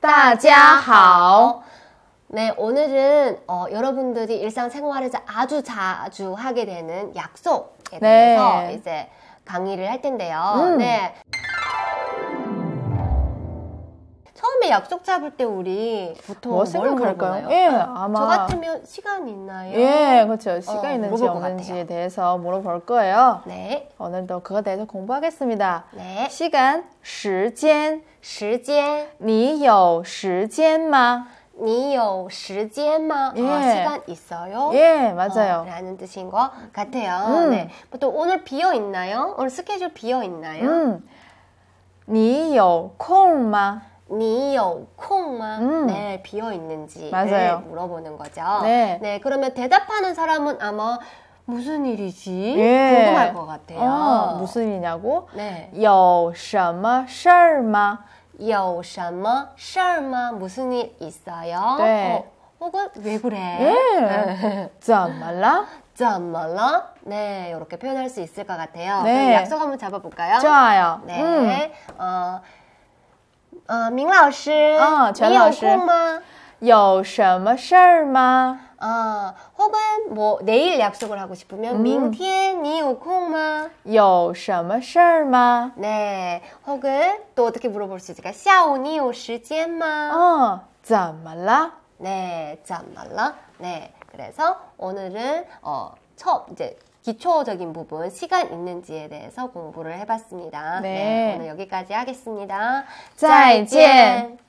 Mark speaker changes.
Speaker 1: 大家好.
Speaker 2: 네, 오늘은 어, 여러분들이 일상생활에서 아주 자주 하게 되는 약속에
Speaker 1: 네.
Speaker 2: 대해서 이제 강의를 할 텐데요.
Speaker 1: 음.
Speaker 2: 네. 처음에 약속 잡을 때 우리 보통
Speaker 1: 뭐
Speaker 2: 뭘
Speaker 1: 생각할까요?
Speaker 2: 물어보나요?
Speaker 1: 예,
Speaker 2: 저
Speaker 1: 아마.
Speaker 2: 같으면 시간 있나요?
Speaker 1: 예, 그렇죠. 시간
Speaker 2: 어,
Speaker 1: 있는지
Speaker 2: 물어볼 것
Speaker 1: 없는지에
Speaker 2: 같아요.
Speaker 1: 대해서 물어볼 거예요.
Speaker 2: 네.
Speaker 1: 오늘도 그거에 대해서 공부하겠습니다.
Speaker 2: 네.
Speaker 1: 시간, 时间.
Speaker 2: 时间,
Speaker 1: 你有时间吗?
Speaker 2: 你有时间吗?
Speaker 1: 예.
Speaker 2: 아, 시간 있어요?
Speaker 1: 예, 맞아요.
Speaker 2: 어, 라는 뜻인 것 같아요.
Speaker 1: 음.
Speaker 2: 네. 보통 오늘 비어 있나요? 오늘 스케줄 비어 있나요?
Speaker 1: 음. 你有空吗?
Speaker 2: 你有空吗?
Speaker 1: 음.
Speaker 2: 네, 비어 있는지
Speaker 1: 맞아요.
Speaker 2: 물어보는 거죠.
Speaker 1: 네.
Speaker 2: 그러면 대답하는 사람은 아마 무슨 일이지?
Speaker 1: 예.
Speaker 2: 궁금할 것 같아요.
Speaker 1: 어, 무슨 일이냐고?
Speaker 2: 네.
Speaker 1: 有什么事儿吗?
Speaker 2: 有什么事儿吗? 무슨 일 있어요?
Speaker 1: 네.
Speaker 2: 어, 혹은 왜 그래?
Speaker 1: 예. 怎么了?
Speaker 2: 怎么了? 네, 이렇게 표현할 수 있을 것 같아요.
Speaker 1: 네.
Speaker 2: 그럼 약속 한번 잡아볼까요?
Speaker 1: 좋아요.
Speaker 2: 네.
Speaker 1: 음.
Speaker 2: 어, 어, 민老师,
Speaker 1: 어, 全老师.
Speaker 2: 你有空吗?
Speaker 1: 有什么事儿吗?
Speaker 2: 어, 혹은 뭐 내일 약속을 하고 싶으면
Speaker 1: 음.
Speaker 2: 明天你有空吗?
Speaker 1: 有什么事儿吗?
Speaker 2: 네. 혹은 또 어떻게 물어볼 수 있을까? 下午你有时间吗?
Speaker 1: 어, 哦怎么了?
Speaker 2: 네, 잠말라. 네, 그래서 오늘은 어, 첫 이제 기초적인 부분 시간 있는지에 대해서 공부를 해봤습니다.
Speaker 1: 네.
Speaker 2: 오늘 여기까지 하겠습니다.
Speaker 1: 再见.